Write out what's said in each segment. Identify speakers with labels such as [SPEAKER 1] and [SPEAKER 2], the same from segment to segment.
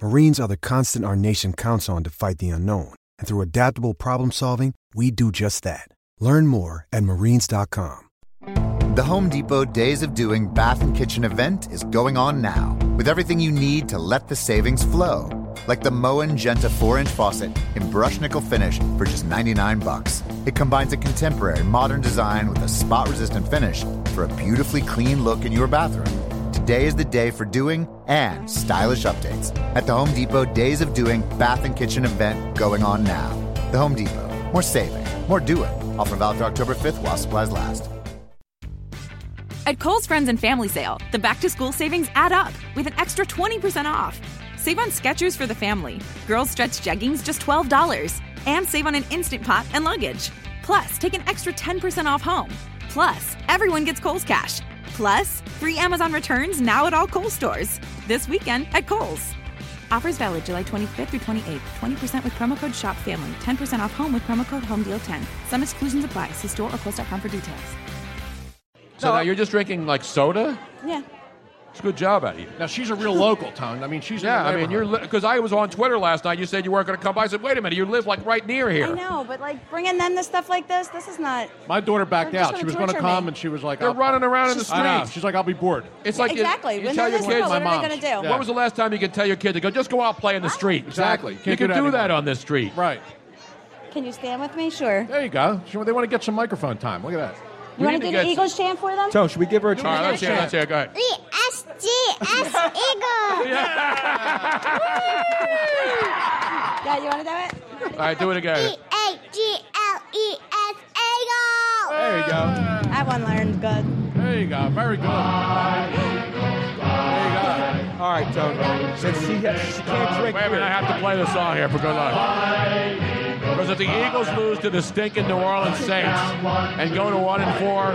[SPEAKER 1] Marines are the constant our nation counts on to fight the unknown. And through adaptable problem solving, we do just that. Learn more at marines.com.
[SPEAKER 2] The Home Depot Days of Doing Bath and Kitchen event is going on now with everything you need to let the savings flow. Like the Moen Genta 4 inch faucet in brush nickel finish for just 99 bucks. It combines a contemporary modern design with a spot resistant finish for a beautifully clean look in your bathroom. Today is the day for doing and stylish updates at the Home Depot Days of Doing Bath and Kitchen event going on now. The Home Depot. More saving, more doing. Offer valid through October 5th while supplies last.
[SPEAKER 3] At Kohl's Friends and Family Sale, the back to school savings add up with an extra 20% off. Save on Skechers for the family, girls stretch jeggings just $12, and save on an instant pot and luggage. Plus, take an extra 10% off home. Plus, everyone gets Kohl's cash. Plus, free Amazon returns now at all Kohl's stores. This weekend at Kohl's. Offers valid July 25th through 28th. 20% with promo code SHOPFAMILY. 10% off home with promo code HOMEDEAL10. Some exclusions apply. See store or kohls.com for details.
[SPEAKER 4] So now you're just drinking like soda?
[SPEAKER 3] Yeah.
[SPEAKER 4] It's a good job out of you.
[SPEAKER 5] Now she's a real local town. I mean, she's in
[SPEAKER 4] Yeah,
[SPEAKER 5] the
[SPEAKER 4] I mean, you're
[SPEAKER 5] neighborhood.
[SPEAKER 4] because I was on Twitter last night. You said you weren't going to come by. I said, wait a minute, you live like right near here.
[SPEAKER 6] I know, but like bringing them to stuff like this, this is not.
[SPEAKER 5] My daughter backed
[SPEAKER 6] They're just
[SPEAKER 5] out. She
[SPEAKER 6] gonna
[SPEAKER 5] was going to
[SPEAKER 6] torture
[SPEAKER 5] come,
[SPEAKER 6] me.
[SPEAKER 5] and she was like,
[SPEAKER 4] They're
[SPEAKER 5] I'll-
[SPEAKER 4] running around in the
[SPEAKER 5] I know.
[SPEAKER 4] streets.
[SPEAKER 5] She's like, I'll be bored.
[SPEAKER 4] It's like you-
[SPEAKER 6] Exactly.
[SPEAKER 4] You,
[SPEAKER 6] When
[SPEAKER 4] tell
[SPEAKER 6] they're
[SPEAKER 4] your
[SPEAKER 6] this
[SPEAKER 4] kids.
[SPEAKER 6] little, what
[SPEAKER 5] my
[SPEAKER 6] are they
[SPEAKER 5] mom's.
[SPEAKER 6] going to do?
[SPEAKER 5] Yeah.
[SPEAKER 4] When was the last time you could tell your kid to go? Just go out play in the street.
[SPEAKER 5] Exactly.
[SPEAKER 4] You
[SPEAKER 5] Can't
[SPEAKER 4] can
[SPEAKER 5] do
[SPEAKER 4] do
[SPEAKER 5] that
[SPEAKER 4] that
[SPEAKER 5] anymore.
[SPEAKER 4] on this street.
[SPEAKER 5] Right.
[SPEAKER 6] Can you stand with me? Sure.
[SPEAKER 5] There you go. She, they want to get some microphone time. Look at that.
[SPEAKER 6] You
[SPEAKER 4] need
[SPEAKER 6] want to
[SPEAKER 4] to
[SPEAKER 6] do
[SPEAKER 4] get-
[SPEAKER 6] the Eagles chant for them?
[SPEAKER 7] So, should we give her a
[SPEAKER 4] All
[SPEAKER 7] chance?
[SPEAKER 4] right, let's hear. it, Let's hear. it. Go ahead.
[SPEAKER 8] ESGS Eagle.
[SPEAKER 6] yeah, you want to do it?
[SPEAKER 4] All right, do it again.
[SPEAKER 6] E
[SPEAKER 8] E-A-G-L-E-S Eagle.
[SPEAKER 5] There you go.
[SPEAKER 6] That one learned good.
[SPEAKER 5] There you go. Very good. There you go.
[SPEAKER 7] All right, Tony. Since she, she can't
[SPEAKER 4] Uh, Wait
[SPEAKER 7] drink
[SPEAKER 4] a minute, I
[SPEAKER 7] beer.
[SPEAKER 4] have to play the song here for good luck. Because if the Eagles lose to the stinking New Orleans Saints and go to one and four,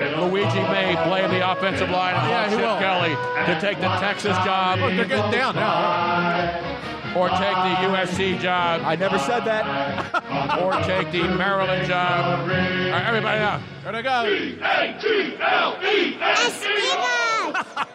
[SPEAKER 4] Luigi May playing the offensive line and
[SPEAKER 5] Yeah, he
[SPEAKER 4] Chip
[SPEAKER 5] will.
[SPEAKER 4] Kelly to take the Texas job
[SPEAKER 5] Look, they're getting down now.
[SPEAKER 4] or take the UFC job
[SPEAKER 7] I never said that.
[SPEAKER 4] or take the Maryland job. All right, everybody now.
[SPEAKER 5] There they go.
[SPEAKER 8] S Eagle.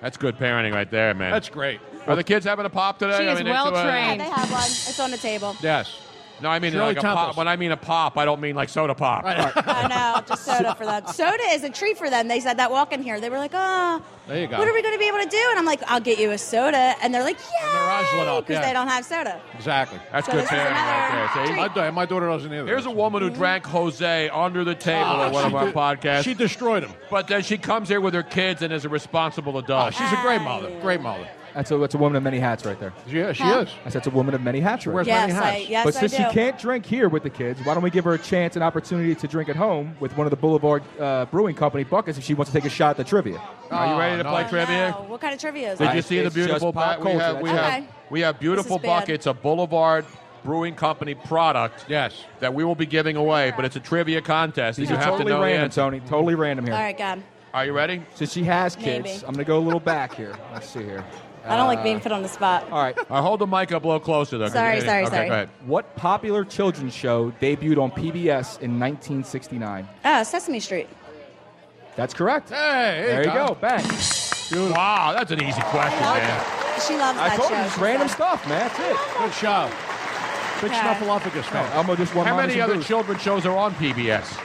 [SPEAKER 4] That's good parenting right there, man.
[SPEAKER 5] That's great.
[SPEAKER 4] Are the kids having a pop today?
[SPEAKER 9] She is
[SPEAKER 4] into
[SPEAKER 9] well
[SPEAKER 4] a-
[SPEAKER 6] Yeah,
[SPEAKER 9] trained.
[SPEAKER 6] they have one. It's on the table.
[SPEAKER 5] Yes.
[SPEAKER 4] uh, no, I mean
[SPEAKER 5] Shirley
[SPEAKER 4] like a pop.
[SPEAKER 5] Temples.
[SPEAKER 4] When I mean a pop, I don't mean like soda pop.
[SPEAKER 6] I know, just soda for them. Soda is a treat for them. They said that walking here. They were like, oh,
[SPEAKER 5] There you go.
[SPEAKER 6] what are we going to be able to do? And I'm like, I'll get you a soda. And they're like,
[SPEAKER 5] their
[SPEAKER 6] yeah,
[SPEAKER 5] eyes lit up,
[SPEAKER 6] because
[SPEAKER 5] yeah.
[SPEAKER 6] they don't have soda.
[SPEAKER 5] Exactly.
[SPEAKER 4] That's
[SPEAKER 6] So
[SPEAKER 4] good
[SPEAKER 6] this is
[SPEAKER 4] parenting
[SPEAKER 6] another
[SPEAKER 4] right there. See?
[SPEAKER 5] My, da- my daughter doesn't either.
[SPEAKER 4] Here's a woman who drank Jose under the table
[SPEAKER 5] Ah,
[SPEAKER 4] on one
[SPEAKER 5] she
[SPEAKER 4] of our
[SPEAKER 5] did-
[SPEAKER 4] podcasts.
[SPEAKER 5] She destroyed him.
[SPEAKER 4] But then she comes here with her kids and is a responsible
[SPEAKER 5] Ah,
[SPEAKER 4] adult.
[SPEAKER 5] she's a great mother. Great mother.
[SPEAKER 7] That's a, that's a woman of many hats right there.
[SPEAKER 5] Yeah, she
[SPEAKER 6] Huh?
[SPEAKER 5] is.
[SPEAKER 7] I said it's a woman of many hats right
[SPEAKER 4] wears
[SPEAKER 7] there.
[SPEAKER 6] yes,
[SPEAKER 4] many
[SPEAKER 6] I,
[SPEAKER 4] hats.
[SPEAKER 6] yes,
[SPEAKER 7] but
[SPEAKER 6] I
[SPEAKER 7] since
[SPEAKER 6] do.
[SPEAKER 7] she can't drink here with the kids, why don't we give her a chance, an opportunity to drink at home with one of the Boulevard uh, Brewing Company buckets if she wants to take a shot at the trivia?
[SPEAKER 4] Are you ready to
[SPEAKER 5] no.
[SPEAKER 4] play trivia?
[SPEAKER 6] No, what kind of trivia is
[SPEAKER 4] Did
[SPEAKER 6] that?
[SPEAKER 4] you see the
[SPEAKER 7] It's just
[SPEAKER 4] beautiful
[SPEAKER 7] pop
[SPEAKER 4] bu- We
[SPEAKER 7] culture,
[SPEAKER 4] have, we,
[SPEAKER 6] that's
[SPEAKER 4] have,
[SPEAKER 6] it.
[SPEAKER 4] we have beautiful
[SPEAKER 6] This is bad.
[SPEAKER 4] buckets of Boulevard Brewing Company product
[SPEAKER 5] Yes.
[SPEAKER 4] that we will be giving away, but it's a trivia contest.
[SPEAKER 7] These
[SPEAKER 4] you
[SPEAKER 7] are
[SPEAKER 4] have
[SPEAKER 7] totally
[SPEAKER 4] to know the
[SPEAKER 7] random,
[SPEAKER 4] answer.
[SPEAKER 7] Tony. Totally random here.
[SPEAKER 6] All right, God.
[SPEAKER 4] Are you ready?
[SPEAKER 7] Since she has kids,
[SPEAKER 6] Maybe.
[SPEAKER 7] I'm going to go a little back here. Let's see here.
[SPEAKER 6] I don't like being
[SPEAKER 7] Uh,
[SPEAKER 6] put on the spot.
[SPEAKER 7] All right.
[SPEAKER 4] Uh, hold the mic up a little closer, though. 'cause
[SPEAKER 6] Sorry,
[SPEAKER 4] you're-
[SPEAKER 6] sorry,
[SPEAKER 4] okay,
[SPEAKER 6] sorry.
[SPEAKER 4] Go ahead.
[SPEAKER 7] What popular children's show debuted on PBS in 1969?
[SPEAKER 6] Oh, Sesame Street.
[SPEAKER 7] That's correct.
[SPEAKER 4] Hey,
[SPEAKER 7] there you
[SPEAKER 4] Tom.
[SPEAKER 7] go. Bang.
[SPEAKER 4] Wow, that's an easy question, man.
[SPEAKER 6] She loves
[SPEAKER 7] I
[SPEAKER 6] that
[SPEAKER 7] told
[SPEAKER 6] show.
[SPEAKER 7] you, it's
[SPEAKER 6] She's
[SPEAKER 7] random
[SPEAKER 6] like-
[SPEAKER 7] stuff, man. That's it.
[SPEAKER 5] Good show. Big
[SPEAKER 6] Okay.
[SPEAKER 5] Snuffleupagus fan.
[SPEAKER 7] Elmo just won
[SPEAKER 4] How
[SPEAKER 7] mine
[SPEAKER 4] many
[SPEAKER 7] as a
[SPEAKER 4] other
[SPEAKER 7] boost.
[SPEAKER 4] children shows are on PBS?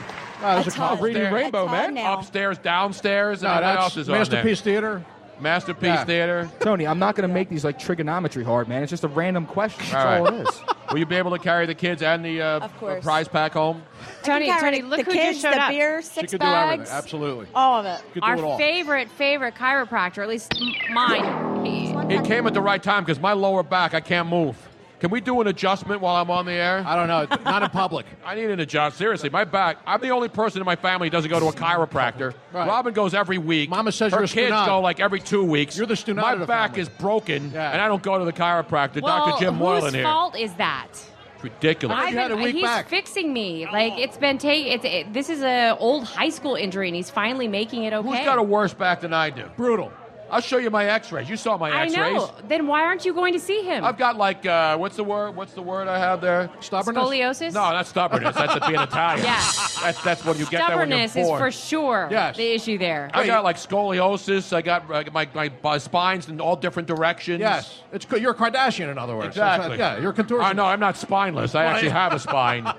[SPEAKER 5] Uh, there's
[SPEAKER 6] A
[SPEAKER 5] a
[SPEAKER 6] ton.
[SPEAKER 5] couple.
[SPEAKER 7] Reading
[SPEAKER 4] There-
[SPEAKER 7] Rainbow,
[SPEAKER 6] That's
[SPEAKER 7] man.
[SPEAKER 6] on now.
[SPEAKER 4] Upstairs, downstairs, and
[SPEAKER 5] No,
[SPEAKER 4] what else
[SPEAKER 5] that's
[SPEAKER 4] is
[SPEAKER 5] Masterpiece Theater.
[SPEAKER 4] on there? Masterpiece
[SPEAKER 5] Yeah.
[SPEAKER 4] Theater.
[SPEAKER 7] Tony, I'm not going to make these like trigonometry hard, man. It's just a random question. That's
[SPEAKER 4] All
[SPEAKER 7] all,
[SPEAKER 4] right.
[SPEAKER 7] it is.
[SPEAKER 4] Will you be able to carry the kids and the uh,
[SPEAKER 6] Of course.
[SPEAKER 4] prize pack home?
[SPEAKER 9] Tony,
[SPEAKER 6] Carrie,
[SPEAKER 9] Tony,
[SPEAKER 6] the
[SPEAKER 9] look who
[SPEAKER 6] kids,
[SPEAKER 9] just showed
[SPEAKER 6] the
[SPEAKER 9] up.
[SPEAKER 6] beer,
[SPEAKER 5] She
[SPEAKER 6] six
[SPEAKER 5] could do everything.
[SPEAKER 6] bags,
[SPEAKER 5] Absolutely.
[SPEAKER 6] all of it.
[SPEAKER 5] Could do it
[SPEAKER 9] Our
[SPEAKER 5] all.
[SPEAKER 9] favorite, favorite chiropractor, at least m- mine. He-
[SPEAKER 4] It came at the right time because my lower back, I can't move. Can we do an adjustment while I'm on the air?
[SPEAKER 5] I don't know. Not in public.
[SPEAKER 4] I need an adjustment. Seriously, my back. I'm the only person in my family who doesn't go to a chiropractor.
[SPEAKER 5] Right.
[SPEAKER 4] Robin goes every week.
[SPEAKER 5] Mama says
[SPEAKER 4] Her
[SPEAKER 5] you're a
[SPEAKER 4] kids
[SPEAKER 5] Stunad.
[SPEAKER 4] go like every two weeks.
[SPEAKER 5] You're the Stunad
[SPEAKER 4] My
[SPEAKER 5] of the
[SPEAKER 4] back
[SPEAKER 5] family.
[SPEAKER 4] is broken,
[SPEAKER 5] Yeah.
[SPEAKER 4] and I don't go to the chiropractor.
[SPEAKER 9] well,
[SPEAKER 4] Dr. Jim
[SPEAKER 9] whose
[SPEAKER 4] Moylan here.
[SPEAKER 9] fault is that?
[SPEAKER 4] It's ridiculous.
[SPEAKER 9] I've
[SPEAKER 5] you had
[SPEAKER 9] been-
[SPEAKER 5] a weak
[SPEAKER 9] he's
[SPEAKER 5] back.
[SPEAKER 9] fixing me. Like it's been taking. It's it, this is a old high school injury, and he's finally making it okay.
[SPEAKER 4] Who's got a worse back than I do?
[SPEAKER 5] Brutal.
[SPEAKER 4] I'll show you my X-rays. You saw my
[SPEAKER 9] I
[SPEAKER 4] X-rays.
[SPEAKER 9] know. Then why aren't you going to see him?
[SPEAKER 4] I've got like uh, what's the word? What's the word I have there?
[SPEAKER 5] Stubbornness.
[SPEAKER 9] scoliosis.
[SPEAKER 4] No, that's stubbornness. That's it being Italian.
[SPEAKER 9] Yeah.
[SPEAKER 4] That's that's what you get that when you're
[SPEAKER 9] Stubbornness is
[SPEAKER 4] born.
[SPEAKER 9] for sure
[SPEAKER 5] Yes.
[SPEAKER 9] the issue there.
[SPEAKER 4] I got like scoliosis. I got uh, my, my my spines in all different directions.
[SPEAKER 5] Yes. It's good. You're a Kardashian, in other words. That's
[SPEAKER 4] Exactly.
[SPEAKER 5] not- yeah, you're a contortionist.
[SPEAKER 4] I know. I'm not spineless. I actually have a spine,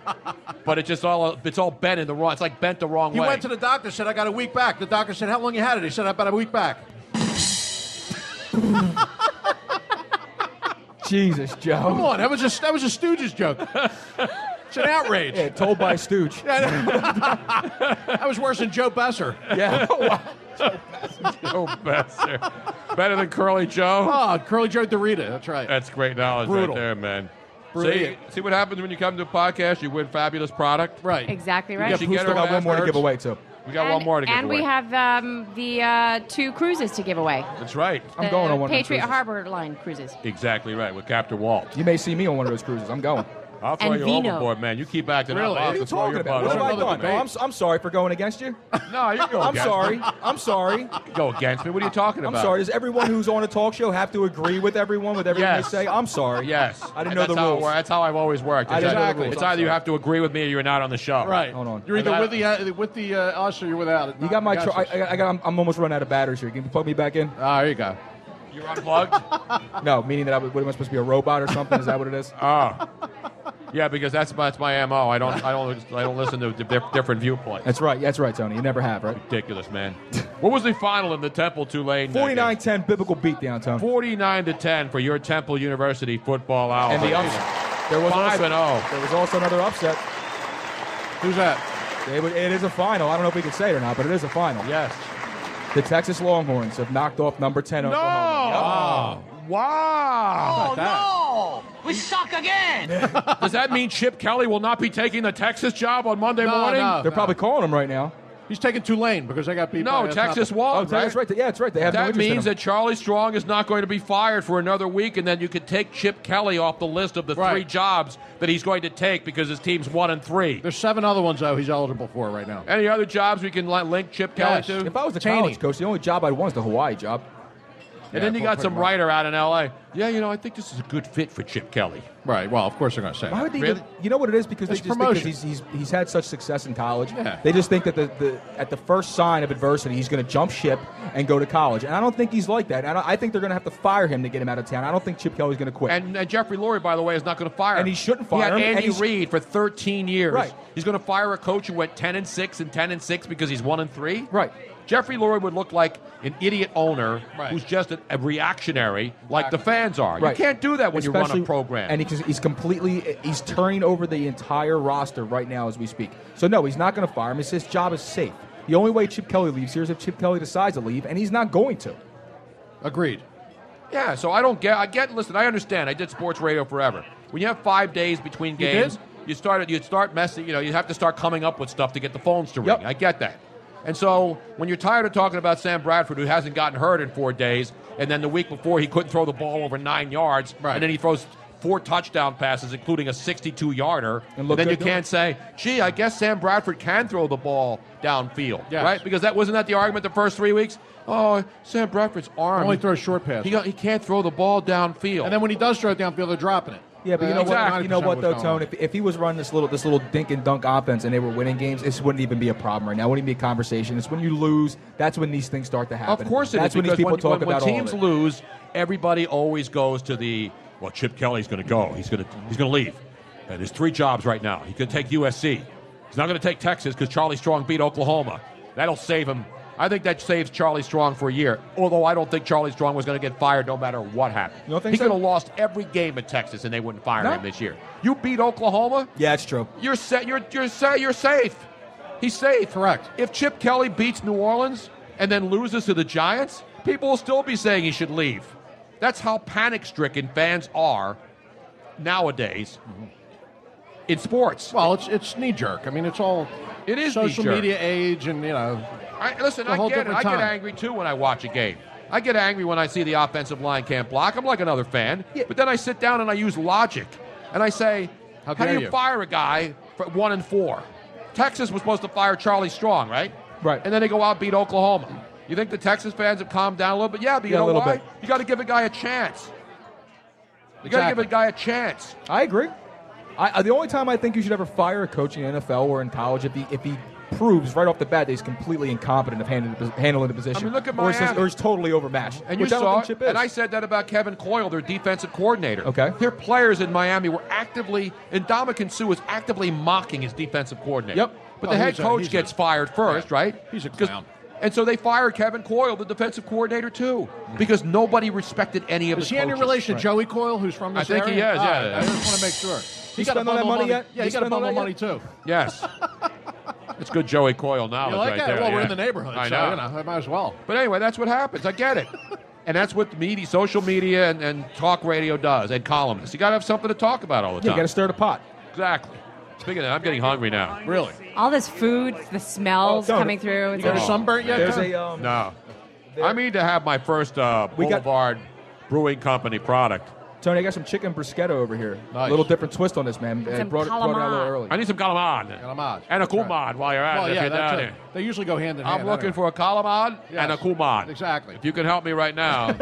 [SPEAKER 4] but it's just all it's all bent in the wrong. It's like bent the wrong
[SPEAKER 5] He
[SPEAKER 4] way.
[SPEAKER 5] went to the doctor, said, I got a week back. The doctor said, How long you had it? He said, About a week back.
[SPEAKER 7] Jesus,
[SPEAKER 5] Come
[SPEAKER 7] Joe.
[SPEAKER 5] on, that was just that was a Stooges joke. It's an outrage.
[SPEAKER 7] Yeah, told by Stooge.
[SPEAKER 5] That was worse than Joe Besser.
[SPEAKER 7] yeah.
[SPEAKER 4] oh, Besser. better than Curly Joe.
[SPEAKER 5] Oh, Curly Joe Dorita. That's right.
[SPEAKER 4] That's great knowledge
[SPEAKER 5] Brutal.
[SPEAKER 4] right there, man. See,
[SPEAKER 5] Brilliant.
[SPEAKER 4] see what happens when you come to a podcast? You win fabulous product.
[SPEAKER 5] right.
[SPEAKER 9] Exactly
[SPEAKER 4] You
[SPEAKER 9] right.
[SPEAKER 4] should
[SPEAKER 7] We
[SPEAKER 4] get
[SPEAKER 7] still
[SPEAKER 4] her
[SPEAKER 7] got one more to
[SPEAKER 4] afterwards.
[SPEAKER 7] give away, too.
[SPEAKER 4] We got one
[SPEAKER 9] And-
[SPEAKER 4] more to give
[SPEAKER 9] And
[SPEAKER 4] away.
[SPEAKER 9] we have um, the uh, two cruises to give away.
[SPEAKER 4] That's right.
[SPEAKER 7] I'm going
[SPEAKER 9] The
[SPEAKER 7] on one of those
[SPEAKER 9] Patriot
[SPEAKER 7] cruises.
[SPEAKER 9] Harbor Line cruises.
[SPEAKER 4] Exactly right with Captain Walt.
[SPEAKER 7] You may see me on one of those cruises. I'm going.
[SPEAKER 4] I'll throw
[SPEAKER 9] And
[SPEAKER 4] you
[SPEAKER 9] Vino.
[SPEAKER 4] overboard, man. You keep acting
[SPEAKER 5] Really?
[SPEAKER 4] up.
[SPEAKER 5] What
[SPEAKER 4] I'll
[SPEAKER 5] are you
[SPEAKER 4] have to throw your butt
[SPEAKER 7] What have
[SPEAKER 4] over.
[SPEAKER 7] I
[SPEAKER 5] another
[SPEAKER 7] done? Oh,
[SPEAKER 5] debate.
[SPEAKER 7] I'm, s- I'm sorry for going against you.
[SPEAKER 4] No, you go.
[SPEAKER 7] I'm
[SPEAKER 4] against
[SPEAKER 7] sorry.
[SPEAKER 4] me.
[SPEAKER 7] I'm sorry.
[SPEAKER 4] Go against me. What are you talking
[SPEAKER 7] I'm
[SPEAKER 4] about?
[SPEAKER 7] sorry. Does everyone who's on a talk show have to agree with everyone with everything
[SPEAKER 4] Yes.
[SPEAKER 7] they say? I'm sorry.
[SPEAKER 4] Yes.
[SPEAKER 7] I
[SPEAKER 4] And
[SPEAKER 7] didn't know
[SPEAKER 4] that's
[SPEAKER 7] the
[SPEAKER 4] how it
[SPEAKER 7] rules.
[SPEAKER 4] wor- that's how I've always worked.
[SPEAKER 7] I
[SPEAKER 4] It's
[SPEAKER 7] didn't
[SPEAKER 4] either-
[SPEAKER 7] know the rules.
[SPEAKER 4] It's
[SPEAKER 7] I'm
[SPEAKER 4] either you
[SPEAKER 7] sorry.
[SPEAKER 4] have to agree with me or you're not on the show.
[SPEAKER 5] Right.
[SPEAKER 7] Hold on.
[SPEAKER 5] You're either
[SPEAKER 4] I got-
[SPEAKER 5] with the uh, with the uh, us or you're without it.
[SPEAKER 7] You got my.
[SPEAKER 5] Gotcha.
[SPEAKER 7] Tr- I, I, I got. I'm, I'm almost running out of batteries here. Can you plug me back in?
[SPEAKER 5] Ah, there you go.
[SPEAKER 4] You're unplugged?
[SPEAKER 7] No, meaning that I was. What am I supposed to be a robot or something? Is that what it is?
[SPEAKER 4] Ah. yeah, because that's my, that's my MO. I don't I don't I don't listen to di- different viewpoints.
[SPEAKER 7] That's right. That's right, Tony. You never have, right?
[SPEAKER 4] ridiculous, man. what was the final in the Temple Tulane? uh, game?
[SPEAKER 7] 49-10 biblical beatdown, Tony.
[SPEAKER 4] 49 to 10 for your Temple University football hour.
[SPEAKER 7] And the upset. There was
[SPEAKER 4] Five
[SPEAKER 7] also,
[SPEAKER 4] and oh.
[SPEAKER 7] There was also another upset.
[SPEAKER 5] Who's that?
[SPEAKER 7] They would- it is a final. I don't know if we can say it or not, but it is a final.
[SPEAKER 4] Yes.
[SPEAKER 7] The Texas Longhorns have knocked off number 10 Oklahoma.
[SPEAKER 5] Ah.
[SPEAKER 4] Wow.
[SPEAKER 10] Oh, no! We suck again!
[SPEAKER 4] Does that mean Chip Kelly will not be taking the Texas job on Monday
[SPEAKER 5] No,
[SPEAKER 4] morning?
[SPEAKER 5] no.
[SPEAKER 7] They're probably calling them right now.
[SPEAKER 5] He's taking Tulane because I got beat.
[SPEAKER 4] No,
[SPEAKER 5] by uh, a
[SPEAKER 4] Texas
[SPEAKER 5] topic.
[SPEAKER 4] won.
[SPEAKER 7] Oh, that's right. Yeah, that's right. They have no
[SPEAKER 4] That
[SPEAKER 7] interest in
[SPEAKER 4] means
[SPEAKER 7] them.
[SPEAKER 4] that Charlie Strong is not going to be fired for another week, and then you could take Chip Kelly off the list of the
[SPEAKER 5] Right.
[SPEAKER 4] three jobs that he's going to take because his team's one and three.
[SPEAKER 5] There's seven other ones though he's eligible for right now.
[SPEAKER 4] Any other jobs we can li- link Chip
[SPEAKER 5] Yes.
[SPEAKER 4] Kelly to?
[SPEAKER 7] If I was the
[SPEAKER 5] Cheney.
[SPEAKER 7] college coach, the only job I'd want is the Hawaii job.
[SPEAKER 4] and then you got some writer out in L.A. Yeah, you know, I think this is a good fit for Chip Kelly.
[SPEAKER 5] Right. Well, of course they're going to say.
[SPEAKER 7] Why
[SPEAKER 5] that.
[SPEAKER 7] would they?
[SPEAKER 4] Really?
[SPEAKER 7] even- you know what it is because
[SPEAKER 5] It's
[SPEAKER 7] they just
[SPEAKER 5] promotion.
[SPEAKER 7] think 'cause he's, he's he's had such success in college.
[SPEAKER 5] Yeah.
[SPEAKER 7] They just think that the, the at the first sign of adversity he's going to jump ship and go to college. And I don't think he's like that. I, don't, I think they're going to have to fire him to get him out of town. I don't think Chip Kelly's going to quit.
[SPEAKER 4] And, and Jeffrey Lurie, by the way, is not going to fire.
[SPEAKER 7] And
[SPEAKER 4] him.
[SPEAKER 7] he shouldn't
[SPEAKER 4] He had
[SPEAKER 7] fire him, and
[SPEAKER 4] Andy
[SPEAKER 7] he's-
[SPEAKER 4] Reid for 13 years.
[SPEAKER 7] Right.
[SPEAKER 4] He's going to fire a coach who went 10 and six and 10 and six because he's one and three.
[SPEAKER 7] Right.
[SPEAKER 4] Jeffrey Lurie would look like an idiot owner
[SPEAKER 5] Right.
[SPEAKER 4] who's just a, a reactionary, like the fans are.
[SPEAKER 7] Right.
[SPEAKER 4] You can't do that when you run
[SPEAKER 7] Especially-
[SPEAKER 4] a program.
[SPEAKER 7] And he's, he's completely he's turning over the entire roster right now as we speak. So no, he's not going to fire him. It's his job is safe. The only way Chip Kelly leaves here is if Chip Kelly decides to leave, and he's not going to.
[SPEAKER 5] Agreed.
[SPEAKER 4] Yeah, so I don't get. I get. Listen, I understand. I did sports radio forever. When you have five days between
[SPEAKER 7] You
[SPEAKER 4] games, you started. You'd start messing. You know, you have to start coming up with stuff to get the phones to ring. I get that. And so when you're tired of talking about Sam Bradford, who hasn't gotten hurt in four days, and then the week before he couldn't throw the ball over nine yards, and then he throws four touchdown passes, including a 62-yarder, and,
[SPEAKER 7] look
[SPEAKER 4] then
[SPEAKER 7] good
[SPEAKER 4] you
[SPEAKER 7] doing
[SPEAKER 4] can't say, "Gee, I guess Sam Bradford can throw the ball downfield,"
[SPEAKER 5] Yes.
[SPEAKER 4] right? Because that wasn't that the argument the first three weeks. Oh, Sam Bradford's arm
[SPEAKER 5] Only throw short pass.
[SPEAKER 4] He, got- he can't throw the ball downfield.
[SPEAKER 5] And then when he does throw it downfield, they're dropping it. Uh,
[SPEAKER 7] Yeah, but you know what?
[SPEAKER 5] Exactly.
[SPEAKER 7] You know what though,
[SPEAKER 5] 90%
[SPEAKER 7] Tone. If, if he was running this little this little dink and dunk offense and they were winning games, this wouldn't even be a problem right now. It wouldn't even be a conversation. It's when you lose that's when these things start to happen.
[SPEAKER 4] Of course, it is
[SPEAKER 7] that's when these
[SPEAKER 4] because
[SPEAKER 7] people
[SPEAKER 4] when,
[SPEAKER 7] talk
[SPEAKER 4] when- when
[SPEAKER 7] about all of
[SPEAKER 4] teams
[SPEAKER 7] it.
[SPEAKER 4] lose, everybody always goes to the well. Chip Kelly's going to go. He's going to he's going to leave. And there's three jobs right now. He could take USC. He's not going to take Texas because Charlie Strong beat Oklahoma. That'll save him. I think that saves Charlie Strong for a year. Although I don't think Charlie Strong was going to get fired no matter what happened.
[SPEAKER 7] You don't think
[SPEAKER 4] he
[SPEAKER 7] so?
[SPEAKER 4] could have lost every game at Texas and they wouldn't fire
[SPEAKER 7] No.
[SPEAKER 4] him this year. You beat Oklahoma.
[SPEAKER 7] Yeah, it's true.
[SPEAKER 4] You're set. You're you're sa- You're safe. He's safe. Correct. If Chip Kelly beats New Orleans and then loses to the Giants, people will still be saying he should leave. That's how panic-stricken fans are nowadays in sports.
[SPEAKER 5] Mm-hmm. Well, it's it's knee jerk. I mean, it's all
[SPEAKER 4] it is
[SPEAKER 5] social
[SPEAKER 4] knee-jerk.
[SPEAKER 5] media age, and you know.
[SPEAKER 4] I, listen,
[SPEAKER 5] It's a
[SPEAKER 4] I
[SPEAKER 5] whole
[SPEAKER 4] get it.
[SPEAKER 5] different
[SPEAKER 4] I get
[SPEAKER 5] time.
[SPEAKER 4] angry too when I watch a game. I get angry when I see the offensive line can't block. I'm like another fan. But then I sit down and I use logic, and I say, "How, do
[SPEAKER 5] dare
[SPEAKER 4] you,
[SPEAKER 5] you?"
[SPEAKER 4] fire a guy for one and four? Texas was supposed to fire Charlie Strong, right? Right. And then they go out and beat Oklahoma. You think the Texas fans have calmed down a little bit? Yeah, but you
[SPEAKER 7] Yeah, a
[SPEAKER 4] know
[SPEAKER 7] little
[SPEAKER 4] why?
[SPEAKER 7] bit.
[SPEAKER 4] You got to give a guy a chance. You got to give
[SPEAKER 7] Exactly.
[SPEAKER 4] a guy a chance.
[SPEAKER 7] I agree. I, I- the only time I think you should ever fire a coach in the NFL or in college if he if he proves right off the bat that he's completely incompetent of handling, the pos- handling the position.
[SPEAKER 4] I mean, look at
[SPEAKER 7] or, he's just-
[SPEAKER 4] Miami.
[SPEAKER 7] or he's totally overmatched.
[SPEAKER 4] And you
[SPEAKER 7] which I don't
[SPEAKER 4] saw
[SPEAKER 7] think
[SPEAKER 4] it,
[SPEAKER 7] Chip is.
[SPEAKER 4] and I said that about Kevin Coyle, their defensive coordinator.
[SPEAKER 7] Okay.
[SPEAKER 4] Their players in Miami were actively, and Dominican Sue was actively mocking his defensive coordinator.
[SPEAKER 7] Yep.
[SPEAKER 4] But
[SPEAKER 5] Oh,
[SPEAKER 7] Well,
[SPEAKER 4] the head
[SPEAKER 7] he's a-
[SPEAKER 4] coach
[SPEAKER 7] he's a-
[SPEAKER 4] gets fired first, right?
[SPEAKER 5] He's a
[SPEAKER 4] 'Cause-
[SPEAKER 5] clown.
[SPEAKER 4] And so they fired Kevin Coyle, the defensive coordinator, too, because nobody respected any of
[SPEAKER 5] Mm-hmm. Is
[SPEAKER 4] his
[SPEAKER 5] he
[SPEAKER 7] Oh,
[SPEAKER 5] any
[SPEAKER 4] coaches.
[SPEAKER 5] relation to Joey Coyle, who's from
[SPEAKER 4] I
[SPEAKER 5] this
[SPEAKER 4] think
[SPEAKER 5] area?
[SPEAKER 4] he is,
[SPEAKER 5] All
[SPEAKER 4] yeah,
[SPEAKER 5] right,
[SPEAKER 4] yeah.
[SPEAKER 5] I just want to make sure.
[SPEAKER 7] He
[SPEAKER 5] got a
[SPEAKER 7] spent all
[SPEAKER 5] bundle
[SPEAKER 7] that
[SPEAKER 5] of
[SPEAKER 7] money yet?
[SPEAKER 5] Yeah,
[SPEAKER 7] He
[SPEAKER 5] he got a
[SPEAKER 7] spent all
[SPEAKER 5] bundle of money
[SPEAKER 7] that
[SPEAKER 5] too.
[SPEAKER 4] Yes. it's good Joey Coyle knowledge
[SPEAKER 5] You like
[SPEAKER 4] right
[SPEAKER 5] that?
[SPEAKER 4] there.
[SPEAKER 5] well, we're
[SPEAKER 4] yeah.
[SPEAKER 5] in the neighborhood,
[SPEAKER 4] I
[SPEAKER 5] so
[SPEAKER 4] know.
[SPEAKER 5] you know, I might as well.
[SPEAKER 4] But anyway, that's what happens. I get it. and that's what media, social media and, and talk radio does, and columnists. You got to have something to talk about all the
[SPEAKER 7] Yeah,
[SPEAKER 4] time.
[SPEAKER 7] you got to stir the pot.
[SPEAKER 4] Exactly. Speaking of that, I'm getting hungry now.
[SPEAKER 5] Really?
[SPEAKER 9] All this food, the smells
[SPEAKER 7] Oh, don't.
[SPEAKER 9] coming through. It's
[SPEAKER 7] You got
[SPEAKER 9] like-
[SPEAKER 7] a sunburn yet, There's Tom? a, um,
[SPEAKER 4] no. I mean to have my first uh,
[SPEAKER 7] We got-
[SPEAKER 4] Boulevard Brewing Company product.
[SPEAKER 7] Tony, I got some chicken bruschetta over here.
[SPEAKER 4] Nice.
[SPEAKER 7] A little different twist on this, man. I
[SPEAKER 9] Some
[SPEAKER 7] brought, it, brought it out a little
[SPEAKER 9] calamari.
[SPEAKER 7] early.
[SPEAKER 4] I need some calamad.
[SPEAKER 5] Calamad.
[SPEAKER 4] And a kumad while you're at
[SPEAKER 5] Well,
[SPEAKER 4] it. if
[SPEAKER 5] yeah,
[SPEAKER 4] you're
[SPEAKER 5] that's
[SPEAKER 4] down
[SPEAKER 5] it.
[SPEAKER 4] here.
[SPEAKER 5] They usually go hand in hand.
[SPEAKER 4] I'm looking for a calamad and a kumad.
[SPEAKER 5] Exactly.
[SPEAKER 4] If you can help me right now.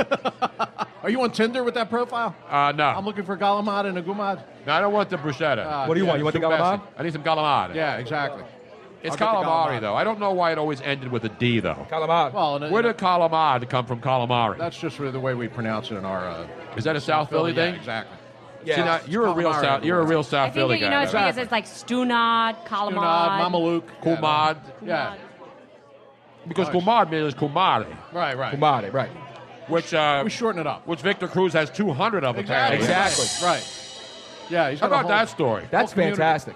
[SPEAKER 5] Are you on Tinder with that profile?
[SPEAKER 4] uh,
[SPEAKER 5] I'm
[SPEAKER 4] no.
[SPEAKER 5] looking for Galamad and a Gumad.
[SPEAKER 4] no. I don't want the bruschetta.
[SPEAKER 5] What do you
[SPEAKER 7] want? You want the
[SPEAKER 4] It's too
[SPEAKER 7] calamad?
[SPEAKER 4] messy. I need some calamad.
[SPEAKER 5] Yeah, exactly.
[SPEAKER 4] It's
[SPEAKER 5] I'll get the
[SPEAKER 4] calamari,
[SPEAKER 5] calamad.
[SPEAKER 4] though. I don't know why it always ended with a D, though.
[SPEAKER 7] Calamari.
[SPEAKER 5] Well, and,
[SPEAKER 4] Where did calamad come from? Calamari.
[SPEAKER 5] that's just really the way we pronounce it in our. Uh,
[SPEAKER 4] Is that a South Philly
[SPEAKER 5] yeah,
[SPEAKER 4] thing?
[SPEAKER 5] exactly.
[SPEAKER 4] See, now, you're a real
[SPEAKER 5] Calamari
[SPEAKER 4] South. You're a real South
[SPEAKER 9] I think
[SPEAKER 4] Philly
[SPEAKER 9] that
[SPEAKER 4] guy.
[SPEAKER 9] you know
[SPEAKER 4] though.
[SPEAKER 9] it's because it's like stunad, calamari.
[SPEAKER 5] Unad, Mamaluk,
[SPEAKER 4] Kumad.
[SPEAKER 5] Yeah.
[SPEAKER 4] Because
[SPEAKER 5] Nice.
[SPEAKER 4] kumad means kumari,
[SPEAKER 5] Right, right.
[SPEAKER 7] Kumari, right.
[SPEAKER 4] which uh,
[SPEAKER 5] We shorten it up.
[SPEAKER 4] which Victor Cruz has 200 of apparently.
[SPEAKER 7] Exactly.
[SPEAKER 5] Right. Yeah. He's
[SPEAKER 4] How
[SPEAKER 5] got a
[SPEAKER 4] about
[SPEAKER 5] whole-
[SPEAKER 4] that story?
[SPEAKER 7] That's
[SPEAKER 5] Whole community.
[SPEAKER 7] fantastic.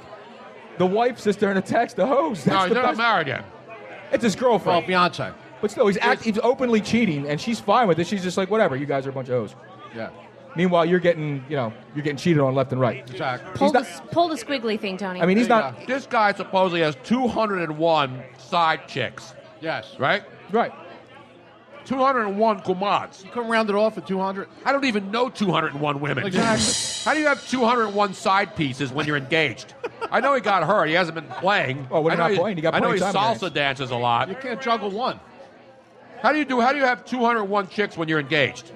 [SPEAKER 7] The wife, sister, and a text, the host.
[SPEAKER 4] no,
[SPEAKER 7] That's the
[SPEAKER 4] they're not
[SPEAKER 7] best.
[SPEAKER 4] married yet.
[SPEAKER 7] It's his
[SPEAKER 5] Well,
[SPEAKER 7] girlfriend.
[SPEAKER 5] Beyonce.
[SPEAKER 7] but still, he's, act, he's openly cheating, and she's fine with it. She's just like, whatever, you guys are a bunch of hoes.
[SPEAKER 5] Yeah.
[SPEAKER 7] Meanwhile, you're getting, you know, you're getting cheated on left and right.
[SPEAKER 5] Exactly.
[SPEAKER 9] Pull,
[SPEAKER 7] not-
[SPEAKER 9] the, pull the squiggly thing, Tony.
[SPEAKER 7] I mean, he's not
[SPEAKER 4] This guy supposedly has 201 side chicks,
[SPEAKER 5] Yes.
[SPEAKER 4] right?
[SPEAKER 7] right.
[SPEAKER 4] 201 kumads.
[SPEAKER 5] You couldn't round it off at 200.
[SPEAKER 4] I don't even know 201 women.
[SPEAKER 5] Exactly.
[SPEAKER 4] How do you have 201 side pieces when you're engaged? I know he got hurt. He hasn't been playing.
[SPEAKER 7] Oh, what
[SPEAKER 4] I know
[SPEAKER 7] about playing? He got
[SPEAKER 4] I know he
[SPEAKER 7] plenty of time to
[SPEAKER 4] salsa dances a lot.
[SPEAKER 5] You can't juggle one.
[SPEAKER 4] How do you do? How do you have 201 chicks when you're engaged?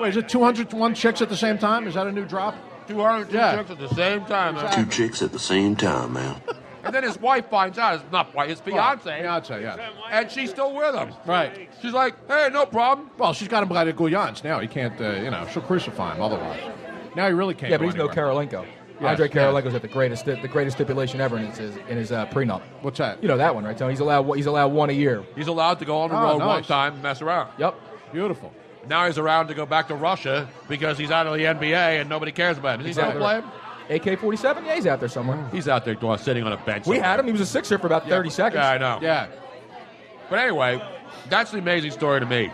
[SPEAKER 5] Wait, is it 201 chicks at the same time? Is that a new drop?
[SPEAKER 4] 202
[SPEAKER 5] Yeah.
[SPEAKER 4] chicks at the same time. man.
[SPEAKER 11] Two chicks at the same time, man.
[SPEAKER 4] And then his wife finds out. It's not wife. His fiance.
[SPEAKER 5] Beyonce, yeah.
[SPEAKER 4] And she's still with him.
[SPEAKER 5] Right.
[SPEAKER 4] She's like, hey, no problem.
[SPEAKER 5] Well, she's got him by the Guyans now. He can't, uh, you know, she'll crucify him otherwise. Now he really can't.
[SPEAKER 7] Yeah,
[SPEAKER 5] go
[SPEAKER 7] but he's no
[SPEAKER 5] anywhere.
[SPEAKER 7] Karolinko.
[SPEAKER 5] Yes,
[SPEAKER 7] Andre
[SPEAKER 5] yes.
[SPEAKER 7] Karolinko's at the greatest, the greatest stipulation ever in his in his uh, prenup.
[SPEAKER 5] What's that?
[SPEAKER 7] You know that one, right? Tony? he's allowed he's allowed one a year.
[SPEAKER 4] He's allowed to go on the
[SPEAKER 5] Oh,
[SPEAKER 4] road one
[SPEAKER 5] nice.
[SPEAKER 4] time and mess around.
[SPEAKER 7] Yep.
[SPEAKER 5] Beautiful.
[SPEAKER 4] Now he's around to go back to Russia because he's out of the NBA and nobody cares about him. Is he still playing?
[SPEAKER 7] AK forty seven. Yeah, he's out there somewhere.
[SPEAKER 4] He's out there doing,
[SPEAKER 5] uh,
[SPEAKER 4] sitting on a bench.
[SPEAKER 7] We
[SPEAKER 4] somewhere.
[SPEAKER 7] had him. He was a sixer for about thirty seconds.
[SPEAKER 4] Yeah, I know.
[SPEAKER 5] Yeah.
[SPEAKER 4] But anyway, that's the amazing story to me.